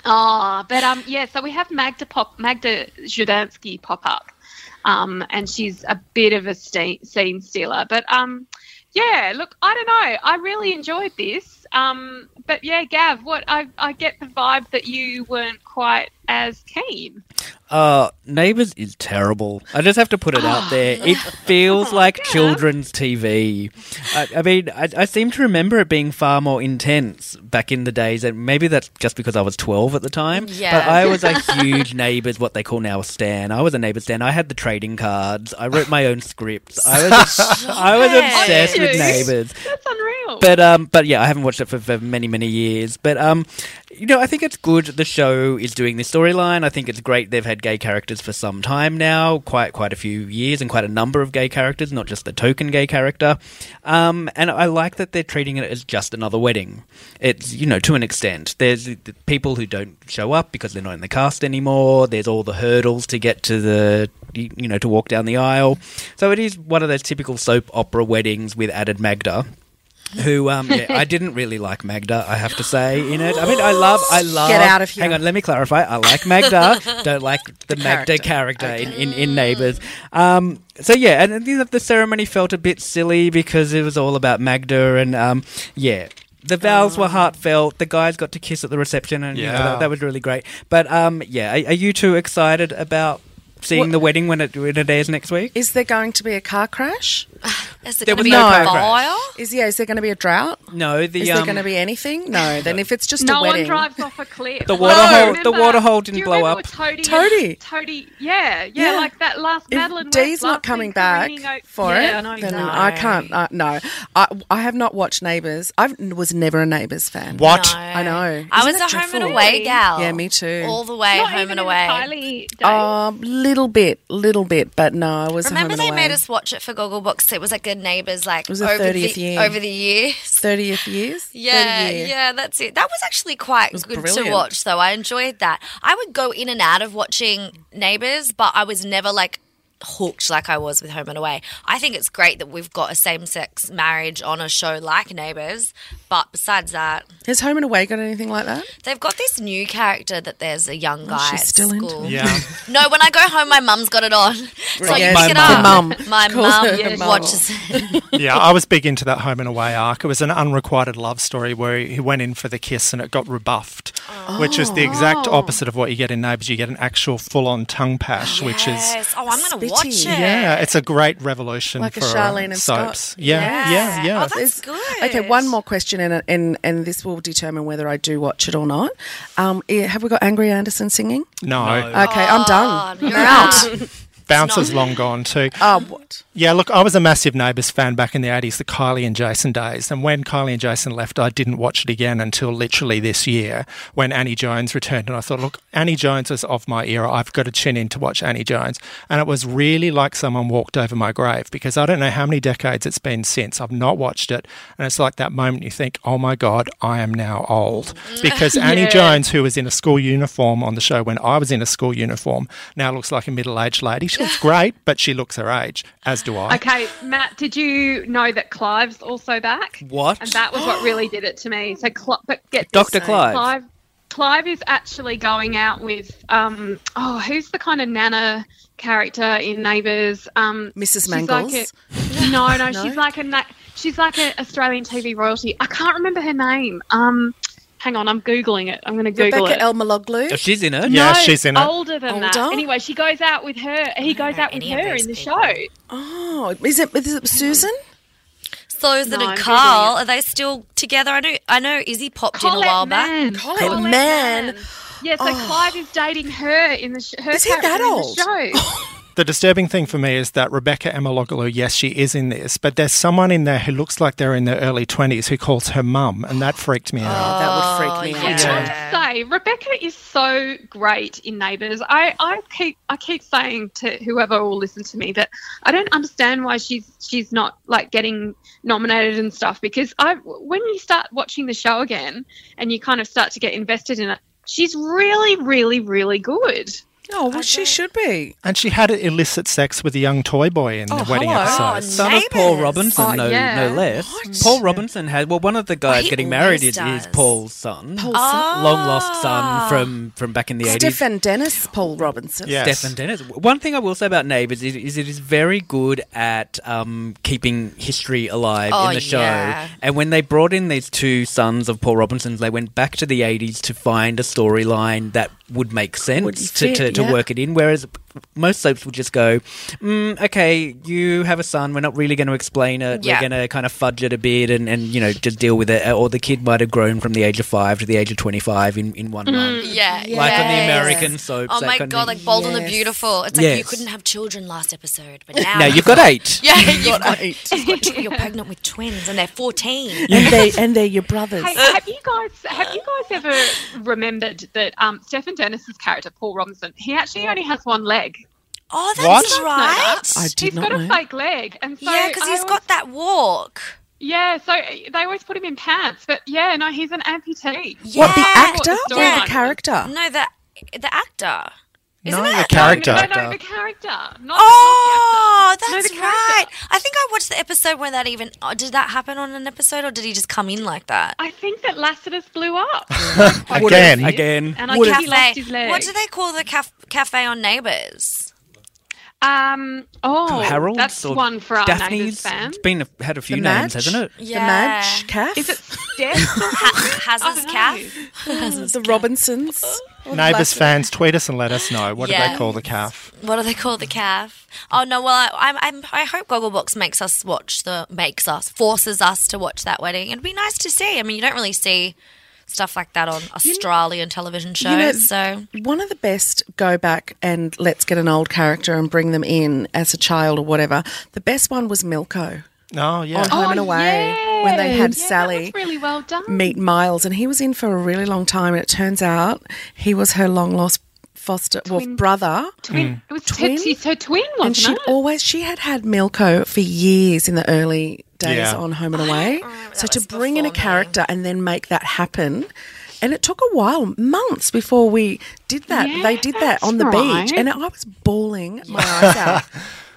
Oh, but um, yeah. So we have Magda pop Magda Zhudansky pop up, um, and she's a bit of a ste- scene stealer. But um, yeah. Look, I don't know. I really enjoyed this. Um, but yeah, Gav, what I I get the vibe that you weren't quite as keen.
Uh, Neighbours is terrible. I just have to put it out there. It feels like children's TV. I, I mean, I, I seem to remember it being far more intense back in the days, and maybe that's just because I was 12 at the time.
Yeah.
But I was a huge Neighbours, what they call now a Stan. I was a Neighbours Stan. I had the trading cards. I wrote my own scripts. I was, I was
it.
obsessed with
Jeez.
Neighbours.
That's unreal.
But um, but yeah, I haven't watched it for, for many many years. But um, you know, I think it's good the show is doing this storyline. I think it's great they've had gay characters for some time now, quite quite a few years, and quite a number of gay characters, not just the token gay character. Um, and I like that they're treating it as just another wedding. It's you know to an extent. There's the the people who don't show up because they're not in the cast anymore. There's all the hurdles to get to the you you know to walk down the aisle. So it is one of those typical soap opera weddings with added Magda who um, yeah, I didn't really like Magda. I have to say in it. I mean, I love, I love.
Get out of here.
Hang on, let me clarify. I like Magda. don't like the, Magda
character.
character in, in, in Neighbours. Um, so yeah, and the, the ceremony felt a bit silly because it was all about Magda and um, yeah. The vows
Oh.
were heartfelt. The guys got to kiss at the reception, and you know,
Yeah.
that, that was really great. But um, yeah, are, are you two excited about seeing
What-
the wedding when it when it airs next week?
Is there going to be a car crash?
Is there,
There
going
was
to be
no
a
car crash.
fire?
Is yeah? Is there going to be a drought?
no, the
Is
um,
there going to be anything? No. Then if it's just
no
a wedding,
one drives off a cliff.
The
Like,
water
I
hole- the
remember-
water hole
do
didn't
you
blow
remember
up.
Toady,
Toady.
Toady, yeah, yeah,
Yeah.
like that last
if
Madeline. West
Dee's not
last
coming
thing,
back
careening o-
for
yeah, I
it,
know,
then
no.
I can't. Uh, no, I I have not watched Neighbours. I was never a Neighbours fan.
What?
I know.
I
Isn't
was a
that
home
dreadful?
and away gal.
Yeah, me too.
All the way
Not
home
even
and
in
away. Oh.
Kylie days.
Um, little bit, little bit, but no, I was.
Remember
home
they
and away.
made us watch it for Gogglebox? It was like a neighbours like
was the
over
30th
the
year.
over the years.
thirtieth years.
Yeah,
30 year.
yeah, that's it. That was actually quite
was
good to
brilliant.
watch, though. I enjoyed that. I would go in and out of watching Neighbours, but I was never like hooked like I was with Home and Away. I think it's great that we've got a same sex marriage on a show like Neighbours, but besides that,
Has Home and Away got anything like that?
they've got this new character that there's a young guy
Oh, she's
at
still into
school.
it.
Yeah.
No, when I go home, my mum's got it on. So you
Yes,
pick it
my
up.
mum.
My
Calls her her
mum
mum.
watches it.
yeah, I was big into that Home and Away arc. It was an unrequited love story where he went in for the kiss and it got rebuffed, which is the exact
Oh.
opposite of what you get in Neighbours. You get an actual full on tongue pash, which is.
Yes. Oh, I'm going to watch it.
Spitty.
Yeah, it's a great revolution
Like a
for uh,
Charlene and Scott.
soaps. Yeah, yeah,
Yeah.
yeah.
Oh, that's
There's-
good.
Okay, one more question, and, and and this will determine whether I do watch it or not. Um, eh, have we got Angry Anderson singing?
no,
Okay, I'm done.
Oh, you're
I'm out.
Bouncer's long gone too.
Oh, what?
Yeah, look, I was a massive Neighbours fan back in the 80s, the Kylie and Jason days. And when Kylie and Jason left, I didn't watch it again until literally this year when Annie Jones returned. And I thought, look, Annie Jones is of my era. I've got to tune in to watch Annie Jones. And it was really like someone walked over my grave because I don't know how many decades it's been since. I've not watched it. And it's like that moment you think, oh my God, I am now old.
Mm.
Because Annie Jones, who was in a school uniform on the show when I was in a school uniform, now looks like a middle aged lady. She It's great, but she looks her age, as do I.
Okay, Matt, did you know that Clive's also back?
What?
And that was what really did it to me. So, Cl- but get
Dr.
this,
Clive.
Clive. Clive is actually going out with um oh who's the kind of nana character in Neighbours um
Mrs.
she's like
Mangles?
a- no, no she's like a na- she's like an Australian TV royalty I can't remember her name um hang on I'm googling it I'm going to Google
Rebecca
it
El Maloglu.
Oh, she's in it.
Yeah, she's in it.
older than that
Older?
anyway she goes out with her he goes
know
out with
any of
her
these
in the
people.
show
Oh, is it, is it Susan?
Those that
No,
are
I'm
Carl,
Googling
are they still together? I know I know Izzy popped in a
Colette
while back.
Mann.
Colette Mann.
Colette
Oh.
Mann. Yeah, so Clive is dating her in the sh- her
Is he that
character
old?
in the show.
The disturbing thing for me is that Rebecca Emiloglu, yes, she is in this, but there's someone in there who looks like they're in their early 20s who calls her mum, and that freaked me out.
Oh, that would freak me
I
out.
have to say, Rebecca is so great in Neighbours. I, I keep I keep saying to whoever will listen to me that I don't understand why she's she's not like getting nominated and stuff because I when you start watching the show again and you kind of start to get invested in it, she's really really really good.
Oh, well, she should be.
And she had illicit sex with a young toy boy in the
Oh,
wedding
hello.
episode.
Son of Paul
Neighbours.
Robinson,
Oh,
no,
yeah.
no less. Paul Robinson had well, one of the guys
he
getting married
always
is, is
does.
Paul's son,
son.
long lost son from from back in the eighties.
Stefan Dennis, Paul Robinson.
Yes.
Stefan Dennis. One thing I will say about Neighbours is, is it is very good at um, keeping history alive
Oh,
in the show.
yeah.
And when they brought in these two sons of Paul Robinson's, they went back to the 80s to find a storyline that would make sense to,
fit,
to, to
yeah.
work it in. Whereas most soaps will just go, mm, okay, you have a son. We're not really going to explain it.
Yeah.
We're going to kind of fudge it a bit and, and, you know, just deal with it. Or the kid might have grown from the age of five to the age of 25 in, in one month.
Mm-hmm. Yeah,
Like on the
yes.
American soaps.
Oh
that
my
kind of
god,
thing.
like Bold and the
Yes.
Beautiful. It's like you
Yes.
couldn't have children last episode, but now
now you've got eight.
yeah, you've got,
Eight.
you've got tw- you're pregnant with twins and they're fourteen.
and they and they're your brothers.
Hey, have you guys have you guys ever remembered that um, Stephen Dennis's character Paul Robinson he actually only has one leg.
Oh, that's
What?
right.
I
He's
did not
got
know.
a fake leg, and so
Yeah, because
I
he's
always-
got that walk.
Yeah, so they always put him in pants, but yeah, no, he's an amputee.
What the
Yeah.
actor
What the
or
storyline
the
was.
character?
No, the the actor. Isn't
no,
it?
the
No,
character.
no, no, the character. Not, not the
Oh,
actor. No,
that's
the character.
right. I think I watched the episode where that even oh, did that happen on an episode, or did he just come in like that?
I think that Lassiter's blew up.
Again.
Again.
And I
Would
think he
Cafe.
lost his leg.
What do they call the caf- cafe on Neighbours?
Um, oh,
Harold's
that's
or
one for our
Daphne's.
neighbours fam.
It's been a, had a few
The
names,
Madge?
hasn't it?
The Madge Calf,
Is it Steph? or
Ha- Haz's
something?
Cafe.
the Robinsons. Or the
Neighbours
Lassiters?
fans, tweet us and let us know. What do
Yes.
they call the calf?
What do they call the calf? Oh no! Well, I, I'm, I'm, I hope Gogglebox makes us watch the makes us forces us to watch that wedding. It'd be nice to see. I mean, you don't really see stuff like that on Australian television shows.
You know,
so
one of the best go back and let's get an old character and bring them in as a child or whatever. The best one was Milko
Oh, yeah.
on Home and Away when they had
Yeah, That
Sally
was really well done.
meet Miles, and he was in for a really long time. And it turns out he was her long lost foster well, brother.
Twin.
Mm.
It was
Twin?
Twin? her twin, wasn't
And she'd
it?
always she had had Milko for years in the early days
Yeah.
on Home and Away. So
Oh, that
to
was
bring in a
before me.
character and then make that happen, and it took a while, months before we did that. they did that
that's
on the beach,
right.
and I was bawling my eyes out.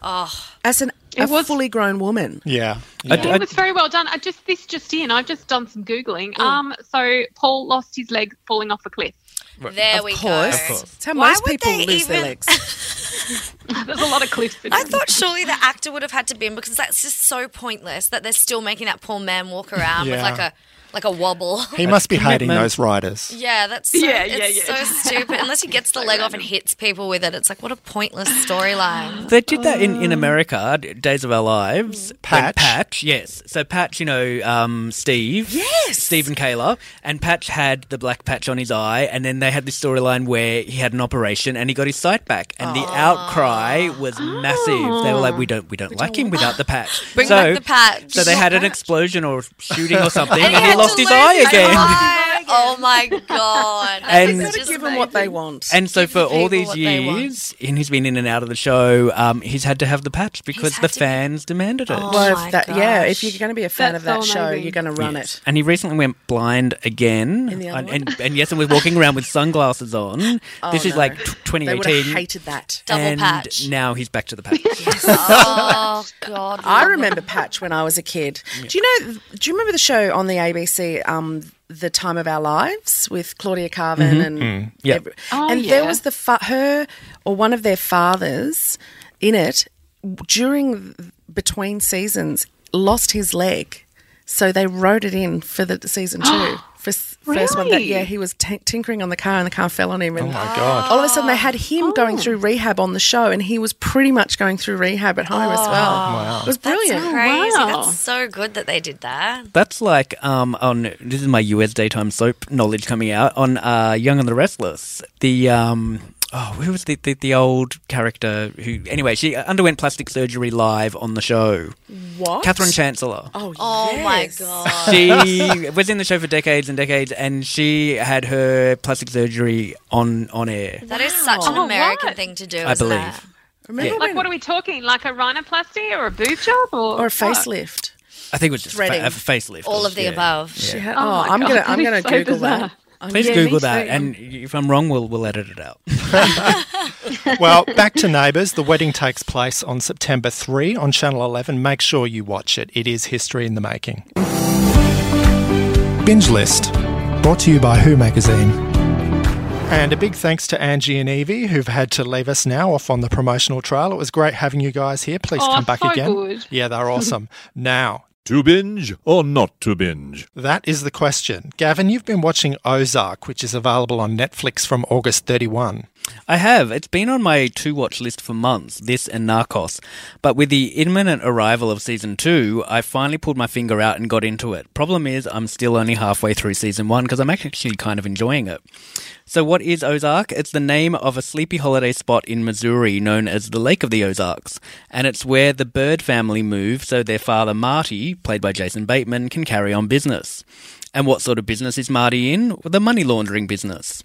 As an a
It was-
fully grown woman,
Yeah.
I-
Yeah,
I-
it was very well done. I just this just in. I've just done some googling.
Oh.
Um, so Paul lost his leg falling off a cliff.
there
of
we
course.
go.
It's how
Why
most
would
people
they
lose their
even-
legs.
There's a lot of cliffs. in
I
it.
thought surely the actor would have had to be in because that's just so pointless that they're still making that poor man walk around with
Yeah.
like a like a wobble.
He must be hating
commitment.
those writers.
Yeah, that's so,
Yeah, yeah,
it's
yeah.
so stupid. Unless he gets the leg off and hits people with it, it's like what a pointless storyline.
They did that in, in America, D- Days of Our Lives. when
Patch.
Patch, yes. So Patch, you know, um, Steve.
Yes.
Steve and Kayla. And Patch had the black patch on his eye. And then they had this storyline where he had an operation and he got his sight back. And the outcry was massive. They were like, we don't, we don't like him without the patch.
Bring
so,
back the patch.
So they had an explosion or shooting or something and,
had
he
to
lost his
lose
eye
his
again.
eye. Oh my god! That
And-
is
Gotta
just
give them what
amazing.
they want.
And so
Give
for
the
all
people
these
what they want.
years, and he's been in and out of the show. Um, he's had to have the patch because
had
the
to be-
fans demanded it.
Oh.
Well,
my
if that, yeah,
gosh.
if you're going to be a fan of that
That's so
show,
amazing.
you're going to run
Yes.
it.
And he recently went blind again.
In the other
and,
one?
and, and yes, and was walking around with sunglasses on. this is
no.
like
They would have
2018.
hated that.
Double
and
patch.
now he's back to the patch.
Oh god!
I remember Patch when I was a kid. Do you know? Do you remember the show on the ABC, um, "The Time of Our Lives" with Claudia Carvin
Mm-hmm.
and
Mm.
Yeah.
every- and there
Oh, yeah.
was the fa- her or one of their fathers in it during between seasons lost his leg, so they wrote it in for the season two. For s- First one that
Really?
yeah he was t- tinkering on the car and the car fell on him and
Oh my god.
all of a sudden they had him going through rehab on the show and he was pretty much going through rehab at home as well. It was brilliant.
That's crazy.
Wow.
That's so good that they did that.
That's like um on this is my US daytime soap knowledge coming out on uh Young and the Restless. The um oh who was the the, the old character who anyway she underwent plastic surgery live on the show.
What?
Catherine Chancellor.
Oh,
Oh
yes.
my god!
She was in the show for decades and decades, and she had her plastic surgery on on air.
That is such an
Oh,
American
what?
thing to do.
I
isn't
believe.
it?
Remember
Like,
when-
what are we talking? Like a rhinoplasty or a boob job or,
or a
what?
facelift?
I think it was just a fa-
Threading.
a facelift.
All of the
Yeah.
above.
She
Yeah.
had-
Oh
oh,
my
I'm
God,
gonna I'm
that
gonna
is so
Google
bizarre.
that. I'm-
Please
yeah, me
Google that,
too.
and if I'm wrong, we'll we'll edit it out.
well, back to Neighbours. The wedding takes place on September 3 on Channel 11. Make sure you watch it. It is history in the making. Binge List, brought to you by Who Magazine. And a big thanks to Angie and Evie who've had to leave us now off on the promotional trail. It was great having you guys here. Please
Oh,
come back
so
again.
good.
Yeah, they're awesome. now,
To binge or not to binge?
that is the question. Gavin, you've been watching Ozark, which is available on Netflix from August 31.
I have. It's been on my to watch list for months, this and Narcos. But with the imminent arrival of season two, I finally pulled my finger out and got into it. Problem is, I'm still only halfway through season one because I'm actually kind of enjoying it. So, what is Ozark? It's the name of a sleepy holiday spot in Missouri known as the Lake of the Ozarks. And it's where the Bird family move so their father, Marty, played by Jason Bateman, can carry on business. And what sort of business is Marty in? Well, the money laundering business.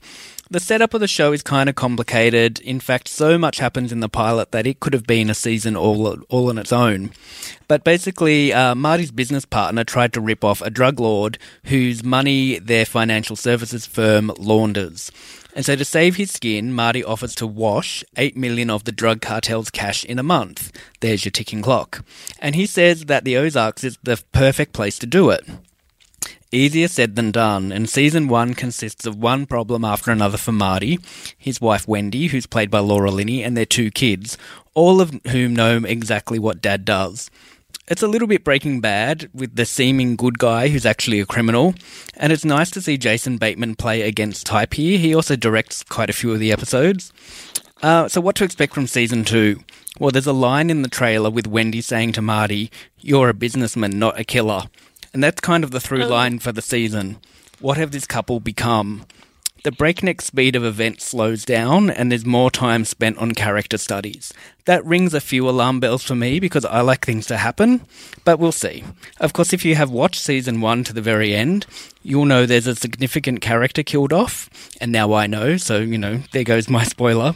The setup of the show is kind of complicated. In fact, so much happens in the pilot that it could have been a season all, all on its own. But basically, uh, Marty's business partner tried to rip off a drug lord whose money their financial services firm launders. And so, to save his skin, Marty offers to wash 8 million of the drug cartel's cash in a month. There's your ticking clock. And he says that the Ozarks is the perfect place to do it. Easier said than done, and season one consists of one problem after another for Marty, his wife Wendy, who's played by Laura Linney, and their two kids, all of whom know exactly what dad does. It's a little bit breaking bad with the seeming good guy who's actually a criminal, and it's nice to see Jason Bateman play against type here. He also directs quite a few of the episodes. Uh, so, what to expect from season two? Well, there's a line in the trailer with Wendy saying to Marty, You're a businessman, not a killer. And that's kind of the through line for the season. What have this couple become? The breakneck speed of events slows down, and there's more time spent on character studies. That rings a few alarm bells for me because I like things to happen, but we'll see. Of course, if you have watched season one to the very end, you'll know there's a significant character killed off, and now I know, so, you know, there goes my spoiler.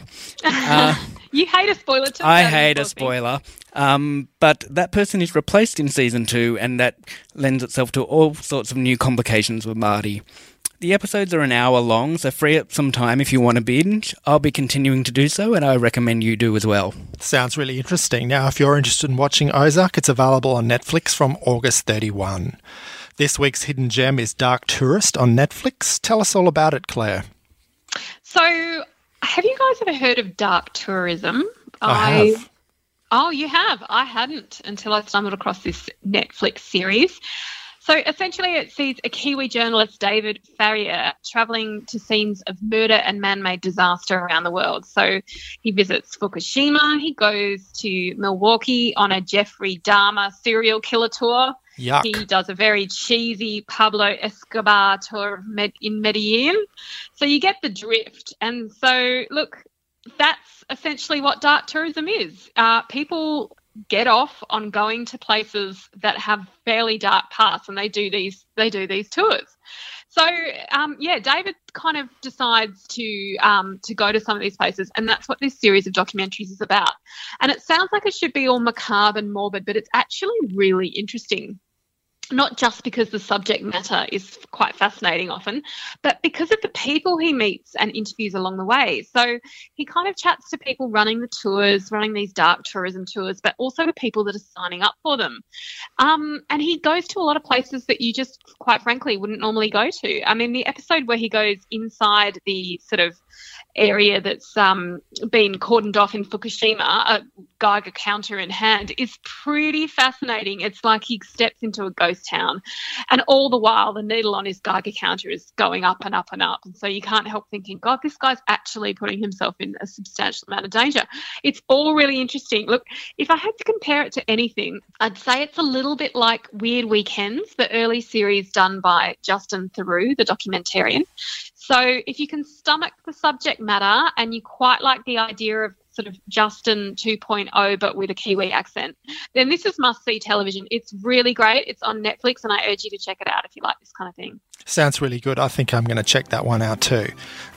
You hate a spoiler too.
I
don't you,
hate a
Bobby?
spoiler. Um, but that person is replaced in season two, and that lends itself to all sorts of new complications with Marty. The episodes are an hour long, so free up some time if you want to binge. I'll be continuing to do so, and I recommend you do as well.
Sounds really interesting. Now, if you're interested in watching Ozark, it's available on Netflix from August 31. This week's hidden gem is Dark Tourist on Netflix. Tell us all about it, Claire.
So, have you guys ever heard of dark tourism?
I have.
Oh, you have. I hadn't until I stumbled across this Netflix series. So essentially, it sees a Kiwi journalist, David Farrier, traveling to scenes of murder and man made disaster around the world. So he visits Fukushima, he goes to Milwaukee on a Jeffrey Dahmer serial killer tour.
Yuck.
He does a very cheesy Pablo Escobar tour of Med- in Medellin. So you get the drift. And so, look, that's essentially what dark tourism is. Uh, people get off on going to places that have fairly dark paths, and they do these they do these tours. So um, yeah, David kind of decides to um, to go to some of these places, and that's what this series of documentaries is about. And it sounds like it should be all macabre and morbid, but it's actually really interesting. Not just because the subject matter is quite fascinating often, but because of the people he meets and interviews along the way. So he kind of chats to people running the tours, running these dark tourism tours, but also to people that are signing up for them. Um, and he goes to a lot of places that you just, quite frankly, wouldn't normally go to. I mean, the episode where he goes inside the sort of area that's um, been cordoned off in Fukushima, uh, a Geiger counter in hand, is pretty fascinating. It's like he steps into a ghost town, and all the while the needle on his Geiger counter is going up and up and up. And so you can't help thinking, God, this guy's actually putting himself in a substantial amount of danger. It's all really interesting. Look, if I had to compare it to anything, I'd say it's a little bit like Weird Weekends, the early series done by Justin Theroux, the documentarian. So if you can stomach the subject matter and you quite like the idea of sort of Justin 2.0 but with a Kiwi accent, then this is must see television. It's really great. It's on Netflix and I urge you to check it out if you like this kind of thing.
Sounds really good. I think I'm going to check that one out too.